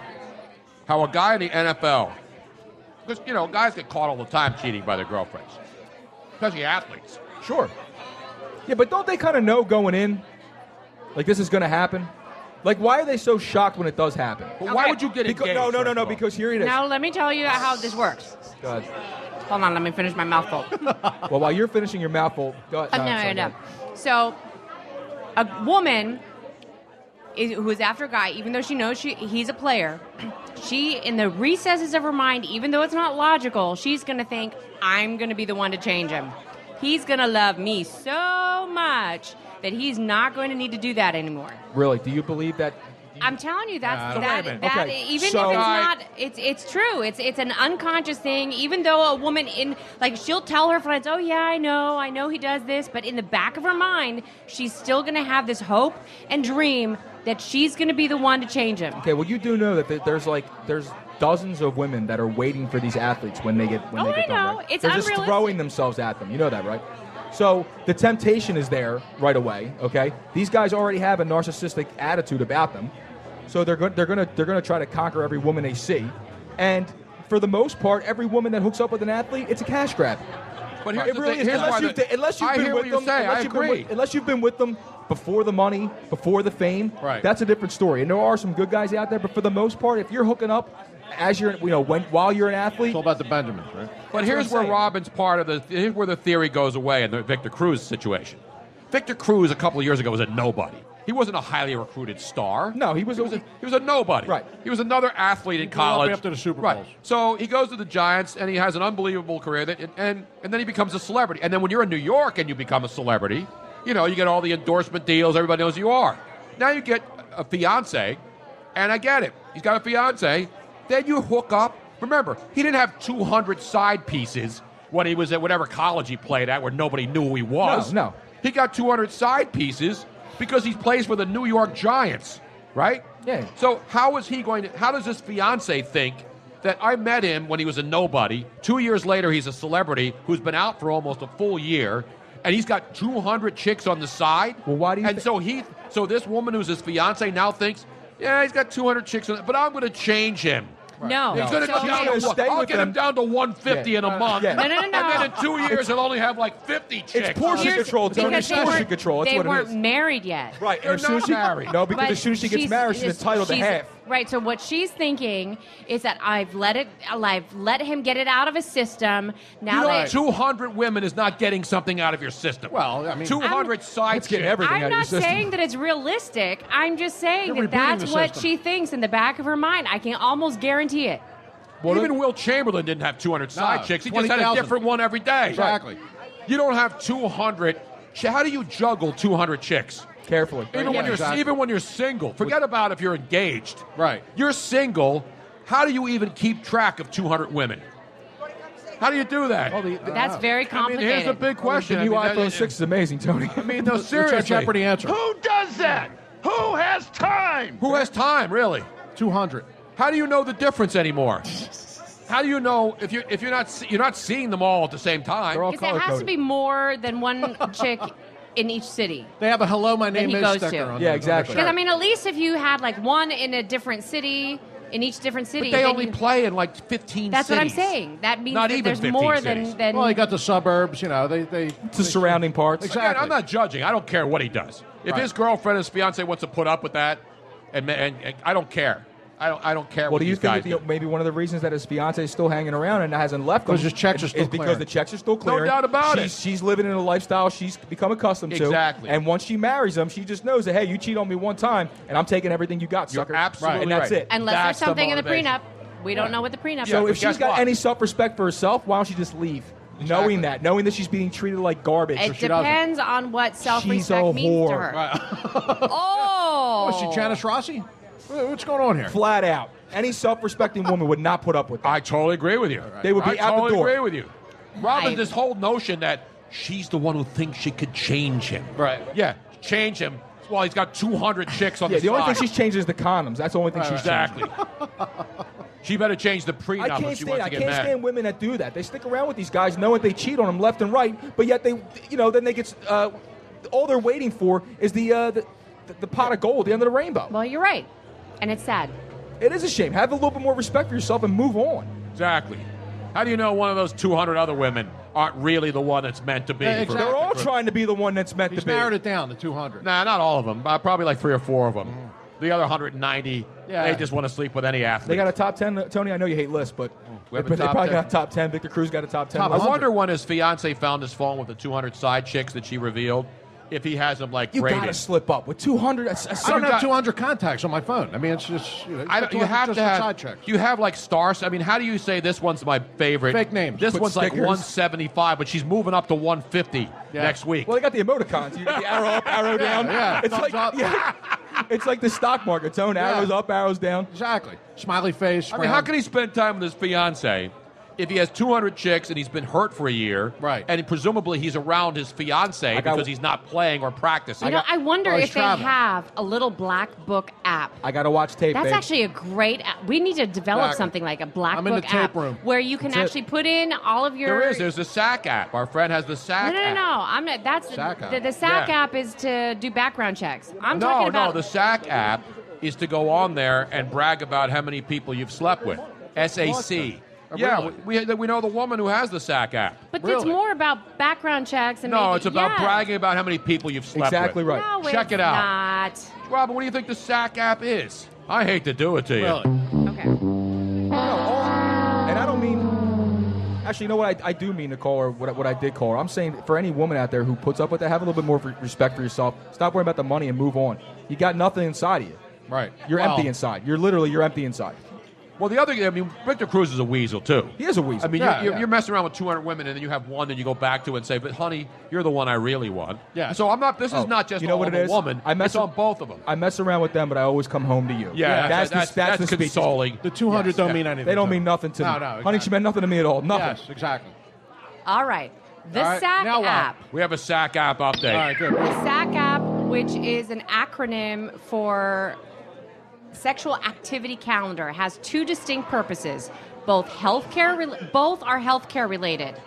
[SPEAKER 4] How a guy in the NFL Because, you know, guys get caught all the time cheating by their girlfriends, especially athletes.
[SPEAKER 7] Sure. Yeah, but don't they kind of know going in, like this is going to happen? Like, why are they so shocked when it does happen?
[SPEAKER 4] But why would you get
[SPEAKER 7] Because-
[SPEAKER 4] engaged?
[SPEAKER 7] No, no,
[SPEAKER 4] first
[SPEAKER 7] no, no.
[SPEAKER 4] of all?
[SPEAKER 7] Because here it is.
[SPEAKER 9] Now let me tell you how this works.
[SPEAKER 7] Go ahead.
[SPEAKER 9] Hold on, let me finish my mouthful.
[SPEAKER 7] well, while you're finishing your mouthful, go ahead.
[SPEAKER 9] Uh, no, no,
[SPEAKER 7] sorry,
[SPEAKER 9] no.
[SPEAKER 7] go ahead.
[SPEAKER 9] So, a woman is, who is after a guy, even though she knows she, he's a player, she, in the recesses of her mind, even though it's not logical, she's going to think, I'm going to be the one to change him. He's going to love me so much that he's not going to need to do that anymore.
[SPEAKER 7] Really, do you believe that?
[SPEAKER 9] I'm telling you, that's
[SPEAKER 7] Uh, So wait a
[SPEAKER 9] that.
[SPEAKER 7] minute.
[SPEAKER 9] that-
[SPEAKER 7] Okay,
[SPEAKER 9] Even
[SPEAKER 7] so-
[SPEAKER 9] if it's
[SPEAKER 7] Guy-
[SPEAKER 9] not, it's it's true. It's it's an unconscious thing. Even though a woman in like she'll tell her friends, "Oh yeah, I know, I know he does this," but in the back of her mind, she's still gonna have this hope and dream that she's gonna be the one to change him.
[SPEAKER 7] Okay, well, you do know that th- there's like there's dozens of women that are waiting for these athletes when they get when
[SPEAKER 9] Oh,
[SPEAKER 7] they get
[SPEAKER 9] I
[SPEAKER 7] done.
[SPEAKER 9] know.
[SPEAKER 7] Right?
[SPEAKER 9] It's
[SPEAKER 7] They're just
[SPEAKER 9] unrealistic.
[SPEAKER 7] throwing themselves at them. You know that, right? So the temptation is there right away. Okay, these guys already have a narcissistic attitude about them, so they're go- they're gonna they're gonna try to conquer every woman they see, and for the most part, every woman that hooks up with an athlete, it's a cash grab.
[SPEAKER 4] But here's
[SPEAKER 7] it
[SPEAKER 4] the
[SPEAKER 7] really
[SPEAKER 4] thing-
[SPEAKER 7] is.
[SPEAKER 4] here's why
[SPEAKER 7] Unless you've,
[SPEAKER 4] the-
[SPEAKER 7] ta- unless you've
[SPEAKER 4] I
[SPEAKER 7] been
[SPEAKER 4] hear
[SPEAKER 7] with
[SPEAKER 4] what you're
[SPEAKER 7] them,
[SPEAKER 4] saying.
[SPEAKER 7] unless
[SPEAKER 4] I
[SPEAKER 7] you've been
[SPEAKER 4] agree.
[SPEAKER 7] with- unless you've been with them before the money, before the fame,
[SPEAKER 4] Right.
[SPEAKER 7] that's a different story. And there are some good guys out there, but for the most part, if you're hooking up as you're, you know, when, while you're an athlete, it's all
[SPEAKER 5] about the Benjamins, right?
[SPEAKER 4] But here's where Robin's part of the here's where the theory goes away in the Victor Cruz situation. Victor Cruz a couple of years ago was a nobody. He wasn't a highly recruited star.
[SPEAKER 7] No, he was,
[SPEAKER 4] a, he was a nobody. Right. He was another athlete in
[SPEAKER 5] blew up
[SPEAKER 4] college
[SPEAKER 5] after the Super
[SPEAKER 4] Right.
[SPEAKER 5] Bowls.
[SPEAKER 4] So he goes to the Giants and he has an unbelievable career that, and and then he becomes a celebrity. And then when you're in New York and you become a celebrity, you know, you get all the endorsement deals, everybody knows who you are. Now you get a fiance, and I get it. He's got a fiance. Then you hook up. Remember, he didn't have 200 side pieces when he was at whatever college he played at where nobody knew who he was.
[SPEAKER 7] No, no.
[SPEAKER 4] He got 200 side pieces because he plays for the New York Giants, right?
[SPEAKER 7] Yeah.
[SPEAKER 4] So how is he going to? How does this fiance think that I met him when he was a nobody? Two years later, he's a celebrity who's been out for almost a full year, and he's got 200 chicks on the side. Well, why do you? And so he, so this woman who's his fiance now thinks, yeah, he's got 200 chicks on, but I'm going to change him.
[SPEAKER 9] No.
[SPEAKER 4] he's going to
[SPEAKER 9] No.
[SPEAKER 4] come down
[SPEAKER 9] She's gonna
[SPEAKER 4] to one-
[SPEAKER 9] stay
[SPEAKER 4] I'll
[SPEAKER 9] with
[SPEAKER 4] get him
[SPEAKER 9] him.
[SPEAKER 4] down to 150 in
[SPEAKER 9] Yeah.
[SPEAKER 4] a month.
[SPEAKER 9] Yeah. No, no, no, no.
[SPEAKER 4] And then in two years,
[SPEAKER 7] It's-
[SPEAKER 4] he'll only have like 50 chicks.
[SPEAKER 7] portion
[SPEAKER 9] Here's-
[SPEAKER 7] control, Tony.
[SPEAKER 9] because
[SPEAKER 7] It's
[SPEAKER 9] they
[SPEAKER 7] portion
[SPEAKER 9] weren't-
[SPEAKER 7] control. That's
[SPEAKER 9] they
[SPEAKER 7] what it
[SPEAKER 9] weren't
[SPEAKER 7] is.
[SPEAKER 9] married yet.
[SPEAKER 7] Right, and as soon as she- No, because as soon as she gets
[SPEAKER 9] she's-
[SPEAKER 7] married, she's
[SPEAKER 9] is-
[SPEAKER 7] entitled to
[SPEAKER 9] she's-
[SPEAKER 7] half.
[SPEAKER 9] Right. So what she's thinking is that I've let it. I've let him get it out of his system. Now
[SPEAKER 4] you know,
[SPEAKER 9] that
[SPEAKER 4] 200 women is not getting something out of your system. Well, I
[SPEAKER 9] mean-
[SPEAKER 4] 200 side
[SPEAKER 7] It's getting
[SPEAKER 4] chicks.
[SPEAKER 7] everything
[SPEAKER 9] I'm not saying that it's realistic. I'm just saying
[SPEAKER 4] You're
[SPEAKER 9] that
[SPEAKER 4] rebooting
[SPEAKER 9] that's
[SPEAKER 4] the
[SPEAKER 9] what
[SPEAKER 4] system.
[SPEAKER 9] she thinks in the back of her mind. I can almost guarantee it.
[SPEAKER 4] Even Will Chamberlain didn't have 200 side
[SPEAKER 5] No,
[SPEAKER 4] chicks. He just had a
[SPEAKER 5] 20,000.
[SPEAKER 4] different one every day.
[SPEAKER 5] Exactly.
[SPEAKER 4] You don't have 200. ch- How do you juggle 200 chicks?
[SPEAKER 7] Carefully.
[SPEAKER 4] Even
[SPEAKER 5] Yeah,
[SPEAKER 4] when you're
[SPEAKER 5] exactly.
[SPEAKER 4] even when you're single. Forget about if you're engaged. Right. You're single. How do you even keep track of 200 women? How do you do that?
[SPEAKER 9] That's very
[SPEAKER 4] I mean, here's a
[SPEAKER 9] complicated.
[SPEAKER 4] big question.
[SPEAKER 7] The new
[SPEAKER 4] I mean,
[SPEAKER 7] iPhone 6 is amazing, Tony.
[SPEAKER 4] I mean, no, seriously.
[SPEAKER 12] Who does that? Who has time?
[SPEAKER 4] Who has time, really? 200. How do you know the difference anymore? How do you know if you're if you're not se- you're not seeing them all at the same time?
[SPEAKER 9] Because it has to be more than one chick in each city.
[SPEAKER 5] They have a hello, my
[SPEAKER 9] Then
[SPEAKER 5] name
[SPEAKER 9] he
[SPEAKER 5] is
[SPEAKER 9] goes
[SPEAKER 5] sticker
[SPEAKER 9] to.
[SPEAKER 5] on the-
[SPEAKER 7] Yeah,
[SPEAKER 5] on the
[SPEAKER 7] exactly.
[SPEAKER 9] Because
[SPEAKER 5] shirt.
[SPEAKER 9] I mean, at least if you had like one in a different city, in each different
[SPEAKER 4] But
[SPEAKER 9] city,
[SPEAKER 4] they
[SPEAKER 9] then
[SPEAKER 4] only
[SPEAKER 9] you-
[SPEAKER 4] play in like 15
[SPEAKER 9] That's what I'm
[SPEAKER 4] cities.
[SPEAKER 9] saying. That means
[SPEAKER 4] Not
[SPEAKER 9] that
[SPEAKER 4] even
[SPEAKER 9] there's
[SPEAKER 4] 15
[SPEAKER 9] more
[SPEAKER 4] cities.
[SPEAKER 9] than than.
[SPEAKER 5] well, they got the suburbs, you know. They they
[SPEAKER 7] to surrounding parts.
[SPEAKER 4] Again, I'm not judging. I don't care what he does. If
[SPEAKER 5] Right.
[SPEAKER 4] his girlfriend, his fiance wants to put up with that, and, and, and I don't care. I don't. I don't care.
[SPEAKER 7] Well,
[SPEAKER 4] what
[SPEAKER 7] do you
[SPEAKER 4] these
[SPEAKER 7] think
[SPEAKER 4] guys
[SPEAKER 7] that the, maybe one of the reasons that his fiance is still hanging around and hasn't left
[SPEAKER 5] Because
[SPEAKER 7] him
[SPEAKER 5] his checks are
[SPEAKER 7] is-
[SPEAKER 5] still
[SPEAKER 7] is because
[SPEAKER 5] clearing.
[SPEAKER 7] the checks are still
[SPEAKER 5] No
[SPEAKER 7] clearing.
[SPEAKER 5] doubt about
[SPEAKER 7] she's, She's living in a lifestyle she's become accustomed to.
[SPEAKER 4] Exactly.
[SPEAKER 7] And once she marries him, she just knows that hey, you cheat on me one time, and I'm taking everything you got,
[SPEAKER 4] You're
[SPEAKER 7] sucker.
[SPEAKER 4] absolutely
[SPEAKER 7] and that's
[SPEAKER 4] right.
[SPEAKER 7] it.
[SPEAKER 9] Unless
[SPEAKER 4] That's the
[SPEAKER 9] there's something in the
[SPEAKER 4] motivation.
[SPEAKER 9] prenup, we don't know what the prenup.
[SPEAKER 7] so
[SPEAKER 9] is.
[SPEAKER 7] if she's got any self-respect for herself, why don't she just leave, knowing that, knowing that she's being treated like garbage?
[SPEAKER 9] it depends on what
[SPEAKER 7] She's a
[SPEAKER 9] self-respect means to
[SPEAKER 7] whore.
[SPEAKER 9] her. oh,
[SPEAKER 5] What is she, Janice Rossi? What- What's going on here?
[SPEAKER 7] Flat out, any self-respecting woman would not put up with that.
[SPEAKER 4] I totally agree with you.
[SPEAKER 7] They would be
[SPEAKER 4] I
[SPEAKER 7] out
[SPEAKER 4] totally
[SPEAKER 7] the door.
[SPEAKER 4] agree with you. Robin,
[SPEAKER 7] I-
[SPEAKER 4] this whole notion that she's the one who thinks she could change him. Right. Yeah, change him. Well, he's got 200 chicks on
[SPEAKER 7] yeah,
[SPEAKER 4] the
[SPEAKER 7] the only
[SPEAKER 4] side.
[SPEAKER 7] thing she's changed is the condoms. That's the only thing
[SPEAKER 4] Right,
[SPEAKER 7] she's
[SPEAKER 4] right.
[SPEAKER 7] changed.
[SPEAKER 4] she better change the prenup
[SPEAKER 7] I
[SPEAKER 4] if
[SPEAKER 7] can't
[SPEAKER 4] she wants
[SPEAKER 7] stand.
[SPEAKER 4] to
[SPEAKER 7] I
[SPEAKER 4] get
[SPEAKER 7] can't
[SPEAKER 4] mad.
[SPEAKER 7] stand women that do that. They stick around with these guys, knowing they cheat on them left and right, but yet they, you know, then they get. Uh, all they're waiting for is the, uh, the the pot of gold, the end of the rainbow.
[SPEAKER 9] Well, you're right, and it's sad.
[SPEAKER 7] It is a shame. Have a little bit more respect for yourself and move on.
[SPEAKER 4] Exactly. How do you know one of those 200 other women aren't really the one that's meant to be?
[SPEAKER 7] Yeah,
[SPEAKER 4] for-
[SPEAKER 7] exactly. They're all trying to be the one that's meant
[SPEAKER 4] He's
[SPEAKER 7] to be.
[SPEAKER 4] narrowed
[SPEAKER 7] it down to 200.
[SPEAKER 4] Nah, not all of them. But probably like three or four of them. The other 190,
[SPEAKER 7] Yeah.
[SPEAKER 4] they just want to sleep with any athlete.
[SPEAKER 7] They got a top 10. Tony, I know you hate lists, but
[SPEAKER 4] Oh, We
[SPEAKER 7] they,
[SPEAKER 4] have a
[SPEAKER 7] but they
[SPEAKER 4] top
[SPEAKER 7] probably
[SPEAKER 4] 10.
[SPEAKER 7] got a top 10. Victor Cruz got a top 10.
[SPEAKER 4] I wonder when his fiance found his phone with the 200 side chicks that she revealed. If he has them like
[SPEAKER 7] You
[SPEAKER 4] rated.
[SPEAKER 7] gotta slip up with 200. That's, that's
[SPEAKER 5] I don't
[SPEAKER 7] some
[SPEAKER 5] have
[SPEAKER 7] guy-
[SPEAKER 5] 200 contacts on my phone. I mean, it's just you, know,
[SPEAKER 4] I don't, you have
[SPEAKER 5] just
[SPEAKER 4] to have
[SPEAKER 5] side checks.
[SPEAKER 4] you have like stars. I mean, how do you say this one's my favorite?
[SPEAKER 5] Fake names.
[SPEAKER 4] This
[SPEAKER 5] Put
[SPEAKER 4] one's like
[SPEAKER 5] stickers.
[SPEAKER 4] 175, but she's moving up to 150
[SPEAKER 7] Yeah.
[SPEAKER 4] next week.
[SPEAKER 7] Well, they got the emoticons. You got the arrow up, arrow down.
[SPEAKER 5] yeah.
[SPEAKER 7] It's
[SPEAKER 5] Thumbs
[SPEAKER 7] like
[SPEAKER 5] up.
[SPEAKER 7] yeah. it's like the stock market. It's own arrows up, arrows down.
[SPEAKER 5] Exactly. Smiley face.
[SPEAKER 4] I mean, how can he spend time with his fiance if he has 200 chicks and he's been hurt for a year? Right. And presumably he's around his fiance
[SPEAKER 7] got-
[SPEAKER 4] because he's not playing or practicing.
[SPEAKER 9] You know, I wonder if they have a little black book app.
[SPEAKER 7] I gotta watch tape.
[SPEAKER 9] That's
[SPEAKER 7] babe.
[SPEAKER 9] actually a great. app. We need to develop
[SPEAKER 4] Exactly.
[SPEAKER 9] something like a black
[SPEAKER 4] I'm in
[SPEAKER 9] book
[SPEAKER 4] the tape
[SPEAKER 9] app
[SPEAKER 4] room.
[SPEAKER 9] where you can
[SPEAKER 4] That's it.
[SPEAKER 9] actually put in all of your.
[SPEAKER 4] There is. There's the SAC app. Our friend has the
[SPEAKER 9] no,
[SPEAKER 4] SAC
[SPEAKER 9] no, no,
[SPEAKER 4] app.
[SPEAKER 9] no. I'm not. That's
[SPEAKER 4] SAC app.
[SPEAKER 9] the, the SAC
[SPEAKER 4] Yeah.
[SPEAKER 9] app is to do background checks. I'm
[SPEAKER 4] no,
[SPEAKER 9] talking
[SPEAKER 4] no,
[SPEAKER 9] about
[SPEAKER 4] the SAC app is to go on there and brag about how many people you've slept with. SAC.
[SPEAKER 9] Oh,
[SPEAKER 4] Yeah,
[SPEAKER 9] really?
[SPEAKER 4] we, we know the woman who has the SAC app.
[SPEAKER 9] But it's more about background checks and
[SPEAKER 4] No,
[SPEAKER 9] maybe-
[SPEAKER 4] it's about
[SPEAKER 9] yes.
[SPEAKER 4] bragging about how many people you've slept
[SPEAKER 7] Exactly
[SPEAKER 4] with.
[SPEAKER 7] right. No,
[SPEAKER 4] Check
[SPEAKER 9] it's
[SPEAKER 4] it out.
[SPEAKER 9] Not.
[SPEAKER 4] Robin, what do you think the SAC app is? I hate to do it to you.
[SPEAKER 7] And I don't mean. Actually, you know what? I, I do mean to call her what, I- what I did call her. I'm saying for any woman out there who puts up with that, have a little bit more re- respect for yourself. Stop worrying about the money and move on. You got nothing inside of you.
[SPEAKER 4] Right.
[SPEAKER 7] You're
[SPEAKER 4] Well-
[SPEAKER 7] empty inside. You're literally you're empty inside.
[SPEAKER 4] Well, the other, I mean, Victor Cruz is a weasel too.
[SPEAKER 7] He is a weasel.
[SPEAKER 4] I mean,
[SPEAKER 7] Yeah,
[SPEAKER 4] you're, you're,
[SPEAKER 7] yeah.
[SPEAKER 4] you're messing around with 200 women, and then you have one that you go back to and say, "But honey, you're the one I really want."
[SPEAKER 7] Yeah.
[SPEAKER 4] So I'm not. This
[SPEAKER 7] Oh,
[SPEAKER 4] is not just
[SPEAKER 7] you know
[SPEAKER 4] all
[SPEAKER 7] what
[SPEAKER 4] of
[SPEAKER 7] it
[SPEAKER 4] a
[SPEAKER 7] is?
[SPEAKER 4] woman.
[SPEAKER 7] I mess
[SPEAKER 4] it's on
[SPEAKER 7] with-
[SPEAKER 4] both of them.
[SPEAKER 7] I mess around with them, but I always come home to you.
[SPEAKER 4] Yeah, that's-
[SPEAKER 7] that's the, that's,
[SPEAKER 4] that's
[SPEAKER 7] the speech.
[SPEAKER 4] consoling. The 200 don't mean anything
[SPEAKER 7] They don't
[SPEAKER 4] to
[SPEAKER 7] mean
[SPEAKER 4] them.
[SPEAKER 7] nothing to
[SPEAKER 4] No,
[SPEAKER 7] me.
[SPEAKER 4] no,
[SPEAKER 7] Honey, she meant nothing to me at all. Nothing.
[SPEAKER 4] Yes,
[SPEAKER 5] exactly.
[SPEAKER 9] All right. The
[SPEAKER 4] All right,
[SPEAKER 9] SAC
[SPEAKER 4] now what?
[SPEAKER 9] app.
[SPEAKER 4] We have a SAC app update.
[SPEAKER 5] All right, good.
[SPEAKER 9] The SAC app, which is an acronym for Sexual Activity Calendar, has two distinct purposes. Both healthcare, rel- both are healthcare related.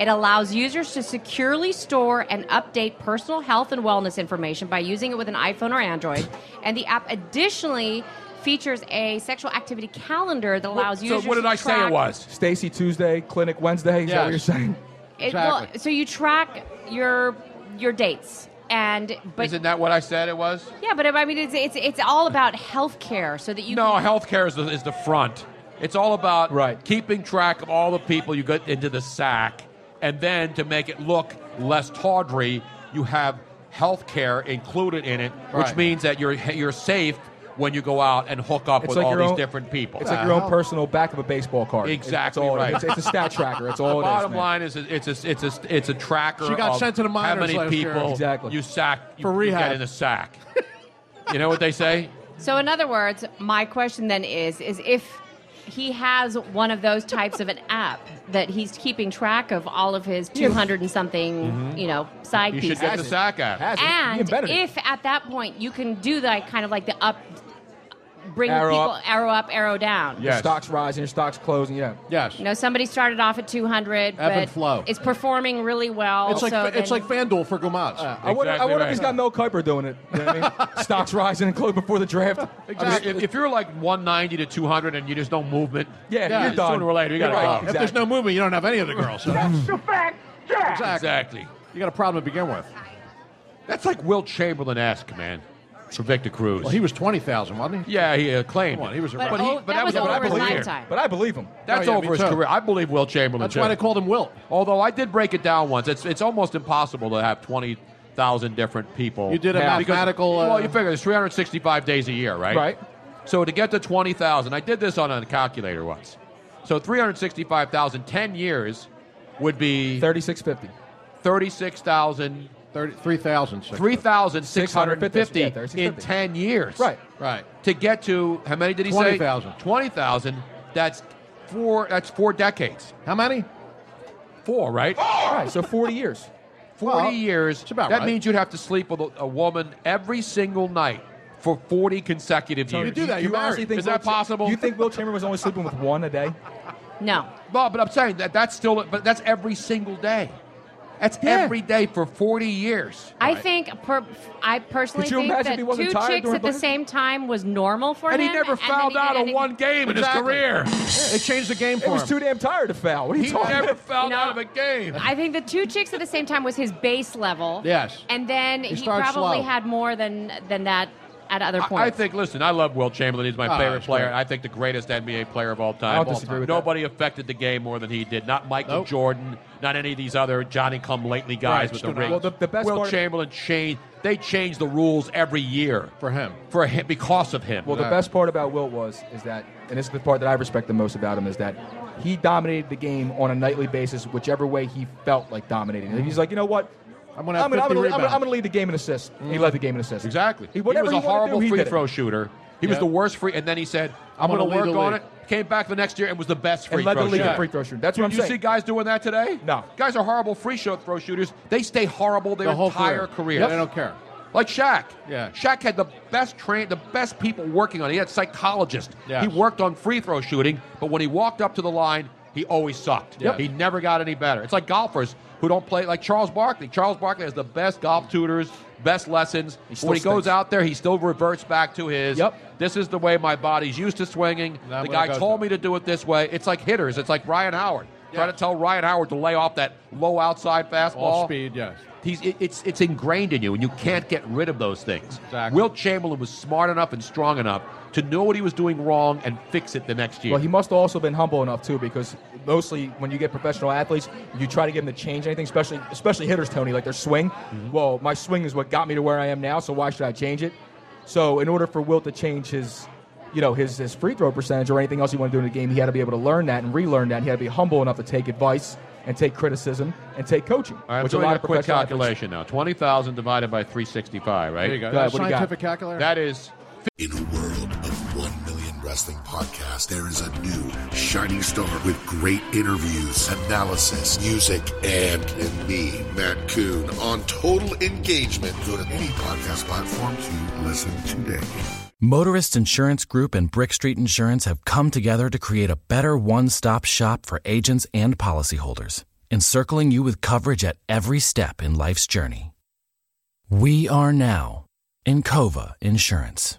[SPEAKER 9] It allows users to securely store and update personal health and wellness information by using it with an iPhone or Android. And the app additionally features a sexual activity calendar that allows
[SPEAKER 7] so
[SPEAKER 9] users.
[SPEAKER 7] what did
[SPEAKER 9] to
[SPEAKER 7] I say it
[SPEAKER 9] track-
[SPEAKER 7] was? Stacy Tuesday, clinic Wednesday. Is that what you're
[SPEAKER 9] Yes.
[SPEAKER 7] saying?
[SPEAKER 9] It- well, so you track your your dates, and but
[SPEAKER 4] Isn't that what I said it was?
[SPEAKER 9] yeah, but I mean, it's it's, it's all about healthcare, so that you
[SPEAKER 4] No,
[SPEAKER 9] can,
[SPEAKER 4] healthcare is the, is the front. It's all about keeping track of all the people you get into the sack, and then to make it look less tawdry, you have healthcare included in it, which
[SPEAKER 7] Right.
[SPEAKER 4] means that you're you're safe when you go out and hook up with all
[SPEAKER 7] your
[SPEAKER 4] these
[SPEAKER 7] own-
[SPEAKER 4] different people. Uh,
[SPEAKER 7] It's like your own personal back of a baseball card. It's-
[SPEAKER 4] Exactly
[SPEAKER 7] it's all it
[SPEAKER 4] right.
[SPEAKER 7] is. It's, a stat tracker. It's all
[SPEAKER 4] the
[SPEAKER 7] it is.
[SPEAKER 4] bottom
[SPEAKER 7] man.
[SPEAKER 4] line is it's a, it's a, it's a tracker.
[SPEAKER 7] She got
[SPEAKER 4] of
[SPEAKER 7] sent to the
[SPEAKER 4] How
[SPEAKER 7] minors
[SPEAKER 4] many
[SPEAKER 7] last year.
[SPEAKER 4] people
[SPEAKER 7] Exactly.
[SPEAKER 4] you sack you,
[SPEAKER 7] For
[SPEAKER 4] you
[SPEAKER 7] rehab.
[SPEAKER 4] get in the sack? you know what they say?
[SPEAKER 9] So in other words, my question then is is if he has one of those types of an app that he's keeping track of all of his 200 and something,
[SPEAKER 4] Mhm.
[SPEAKER 9] you know, side
[SPEAKER 4] You should
[SPEAKER 9] pieces.
[SPEAKER 4] get the sack app.
[SPEAKER 9] And if at that point you can do like kind of like the up, bring
[SPEAKER 7] Arrow
[SPEAKER 9] people
[SPEAKER 7] up.
[SPEAKER 9] arrow up, arrow down.
[SPEAKER 7] Your stocks rising, your stocks closing. Yeah.
[SPEAKER 5] Yes.
[SPEAKER 9] You know, somebody started off at 200,
[SPEAKER 7] Ebb and
[SPEAKER 9] but
[SPEAKER 7] flow.
[SPEAKER 9] it's performing really well.
[SPEAKER 5] It's like
[SPEAKER 9] so
[SPEAKER 5] it's
[SPEAKER 9] then-
[SPEAKER 5] like FanDuel for Gomez.
[SPEAKER 7] I wonder, I wonder if he's got Mel Kiper doing it. You know what I mean? Stocks rising and closing before the draft.
[SPEAKER 4] I mean, if, if you're like 190 to 200 and you just no movement,
[SPEAKER 7] Yeah, you're done.
[SPEAKER 4] Sooner or later, you
[SPEAKER 7] You're
[SPEAKER 4] got to
[SPEAKER 7] right,
[SPEAKER 4] go.
[SPEAKER 7] exactly. If there's
[SPEAKER 5] no movement, you don't have any of the girls. So that's exactly.
[SPEAKER 4] You got a problem to begin with. That's like Will Chamberlain esque, man, for Victor Cruz.
[SPEAKER 5] Well, he was twenty thousand, wasn't he?
[SPEAKER 4] yeah, he uh, claimed.
[SPEAKER 5] Come on,
[SPEAKER 4] it.
[SPEAKER 5] he was a
[SPEAKER 4] but,
[SPEAKER 5] But
[SPEAKER 4] he,
[SPEAKER 5] oh,
[SPEAKER 4] but that was over his lifetime.
[SPEAKER 7] But I believe him.
[SPEAKER 4] That's
[SPEAKER 5] Oh, yeah, me
[SPEAKER 4] over his
[SPEAKER 5] too.
[SPEAKER 4] career. I believe Will Chamberlain.
[SPEAKER 5] That's why they called
[SPEAKER 4] him Wilt. Although I did break it down once. It's it's almost impossible to have twenty thousand different people.
[SPEAKER 5] You did a
[SPEAKER 4] Yeah.
[SPEAKER 5] mathematical,
[SPEAKER 4] Because,
[SPEAKER 5] uh,
[SPEAKER 4] well, you figure there's 365 days a year, right?
[SPEAKER 5] Right.
[SPEAKER 4] So to get to 20,000, I did this on a calculator once. So 365,000, 10 years would be
[SPEAKER 7] 3650.
[SPEAKER 4] 36,000
[SPEAKER 5] Three thousand.
[SPEAKER 4] 3,650
[SPEAKER 5] Yeah, 3650.
[SPEAKER 4] in 10 years. Right,
[SPEAKER 5] right.
[SPEAKER 4] To get to, how many did he say?
[SPEAKER 5] 20,000.
[SPEAKER 4] 20,000. That's four, that's four decades.
[SPEAKER 5] How many?
[SPEAKER 4] Four, right? All
[SPEAKER 7] right, so 40 years.
[SPEAKER 4] 40
[SPEAKER 5] Well,
[SPEAKER 4] years.
[SPEAKER 5] about
[SPEAKER 4] that
[SPEAKER 5] right.
[SPEAKER 4] means you'd have to sleep with a, a woman every single night for 40 consecutive years.
[SPEAKER 7] You do that.
[SPEAKER 4] You,
[SPEAKER 7] You honestly think
[SPEAKER 4] Is that
[SPEAKER 7] Will Cha-
[SPEAKER 4] possible?
[SPEAKER 7] You think Will Chamberlain was only sleeping with one a day?
[SPEAKER 9] No.
[SPEAKER 4] No, but I'm saying that that's still, but that's every single day. That's every day for 40 years.
[SPEAKER 9] I think per, I personally
[SPEAKER 4] Could you
[SPEAKER 9] think
[SPEAKER 4] imagine
[SPEAKER 9] that
[SPEAKER 4] he wasn't
[SPEAKER 9] two
[SPEAKER 4] tired
[SPEAKER 9] chicks
[SPEAKER 4] during
[SPEAKER 9] at the
[SPEAKER 4] Black-
[SPEAKER 9] same time was normal for
[SPEAKER 4] And he
[SPEAKER 9] him.
[SPEAKER 4] never
[SPEAKER 9] then
[SPEAKER 4] fouled out
[SPEAKER 9] ended-
[SPEAKER 4] on one game in his career.
[SPEAKER 5] They changed the game
[SPEAKER 7] It
[SPEAKER 5] for
[SPEAKER 7] was
[SPEAKER 5] him.
[SPEAKER 7] too damn tired to foul. What are you
[SPEAKER 5] He
[SPEAKER 7] talking
[SPEAKER 5] never
[SPEAKER 7] about?
[SPEAKER 5] fouled
[SPEAKER 9] No.
[SPEAKER 5] out of a game.
[SPEAKER 9] I think the two chicks at the same time was his base level.
[SPEAKER 5] Yes.
[SPEAKER 9] And then
[SPEAKER 5] He
[SPEAKER 9] he,
[SPEAKER 5] started
[SPEAKER 9] probably
[SPEAKER 5] slow.
[SPEAKER 9] had more than than that at other
[SPEAKER 4] I, I
[SPEAKER 9] points.
[SPEAKER 4] think, listen, I love Will Chamberlain. He's my
[SPEAKER 9] Ah,
[SPEAKER 4] favorite
[SPEAKER 9] he's
[SPEAKER 4] player.
[SPEAKER 9] great.
[SPEAKER 4] I think the greatest NBA player of all time.
[SPEAKER 7] I don't
[SPEAKER 4] All
[SPEAKER 7] disagree
[SPEAKER 4] time.
[SPEAKER 7] with that.
[SPEAKER 4] Nobody affected the game more than he did. Not Michael
[SPEAKER 7] Nope.
[SPEAKER 4] Jordan, not any of these other Johnny come lately guys
[SPEAKER 7] Right,
[SPEAKER 4] with the
[SPEAKER 7] Stone
[SPEAKER 4] ring.
[SPEAKER 7] Island. Well, the- the best
[SPEAKER 4] Will
[SPEAKER 7] part of-
[SPEAKER 4] Chamberlain changed. They changed the rules every year for him. For him, because of him.
[SPEAKER 7] Well, the best part about Wilt was is that, and this is the part that I respect the most about him is that he dominated the game on a nightly basis, whichever way he felt like dominating. And he's like, you know what? I'm
[SPEAKER 5] gonna have
[SPEAKER 7] I'm
[SPEAKER 5] 50
[SPEAKER 7] gonna, I'm
[SPEAKER 5] rebounds."
[SPEAKER 7] gonna lead the game in assists. He led the game in assists.
[SPEAKER 4] Exactly.
[SPEAKER 7] Mm-hmm. He, whatever
[SPEAKER 4] he was a
[SPEAKER 7] wanted to
[SPEAKER 4] horrible
[SPEAKER 7] do, he
[SPEAKER 4] free
[SPEAKER 7] did it.
[SPEAKER 4] throw shooter. He was
[SPEAKER 7] Yeah.
[SPEAKER 4] the worst free, and then he said, "I'm,
[SPEAKER 7] I'm
[SPEAKER 4] going to
[SPEAKER 7] gonna lead
[SPEAKER 4] work
[SPEAKER 7] the
[SPEAKER 4] on
[SPEAKER 7] league.
[SPEAKER 4] it." Came back the next year and was the best
[SPEAKER 7] And
[SPEAKER 4] free
[SPEAKER 7] led
[SPEAKER 4] throw
[SPEAKER 7] the league in
[SPEAKER 4] shooter.
[SPEAKER 7] free throw shooting. That's
[SPEAKER 4] Do
[SPEAKER 7] what I'm
[SPEAKER 4] you
[SPEAKER 7] saying.
[SPEAKER 4] see guys doing that today? No, guys are horrible free shot throw shooters. They stay horrible their
[SPEAKER 5] The whole
[SPEAKER 4] entire
[SPEAKER 5] career.
[SPEAKER 4] career.
[SPEAKER 5] Yep. They don't care.
[SPEAKER 4] Like Shaq.
[SPEAKER 5] Yeah.
[SPEAKER 4] Shaq had the best train, the best people working on it. He had psychologists.
[SPEAKER 5] Yes.
[SPEAKER 4] He worked on free throw shooting, but when he walked up to the line, he always sucked.
[SPEAKER 5] Yep.
[SPEAKER 4] He never got any better. It's like golfers who don't play like Charles Barkley. Charles Barkley has the best golf tutors, best lessons.
[SPEAKER 5] still
[SPEAKER 4] When he goes
[SPEAKER 5] stinks.
[SPEAKER 4] out there, he still reverts back to his. Yep. This is the way my body's used to swinging.
[SPEAKER 5] Not what
[SPEAKER 4] the
[SPEAKER 5] it
[SPEAKER 4] guy
[SPEAKER 5] goes
[SPEAKER 4] told me to do it this way. It's like hitters. It's like Ryan Howard. Try to tell Ryan Howard to lay off that low outside fastball.
[SPEAKER 5] All speed, yes.
[SPEAKER 4] He's, it- it's, it's ingrained in you, and you can't get rid of those things. Will Chamberlain was smart enough and strong enough to know what he was doing wrong and fix it the next year.
[SPEAKER 7] Well, he must have also been humble enough too, because mostly when you get professional athletes, you try to get them to change anything, especially especially hitters, Tony, like their swing.
[SPEAKER 4] Mm-hmm.
[SPEAKER 7] Well, my swing is what got me to where I am now, so why should I change it? So, in order for Wilt to change his, you know, his his free throw percentage or anything else he wanted to do in the game, he had to be able to learn that and relearn that. He had to be humble enough to take advice and take criticism and take coaching,
[SPEAKER 4] All right,
[SPEAKER 7] which
[SPEAKER 4] I'm
[SPEAKER 7] a
[SPEAKER 4] doing
[SPEAKER 7] lot
[SPEAKER 4] a
[SPEAKER 7] of
[SPEAKER 4] quick
[SPEAKER 7] professional athletes-
[SPEAKER 4] calculation now. 20,000 divided by 365, right?
[SPEAKER 7] There you go. Go ahead, what do you got? Scientific calculator?
[SPEAKER 4] That is
[SPEAKER 13] In a world of 1 million wrestling podcasts, there is a new shining star with great interviews, analysis, music, and, and me, Matt Coon, on total engagement. Go to any podcast platform to listen today.
[SPEAKER 14] Motorist Insurance Group and Brick Street Insurance have come together to create a better one stop shop for agents and policyholders, encircling you with coverage at every step in life's journey. We are now Encova Insurance.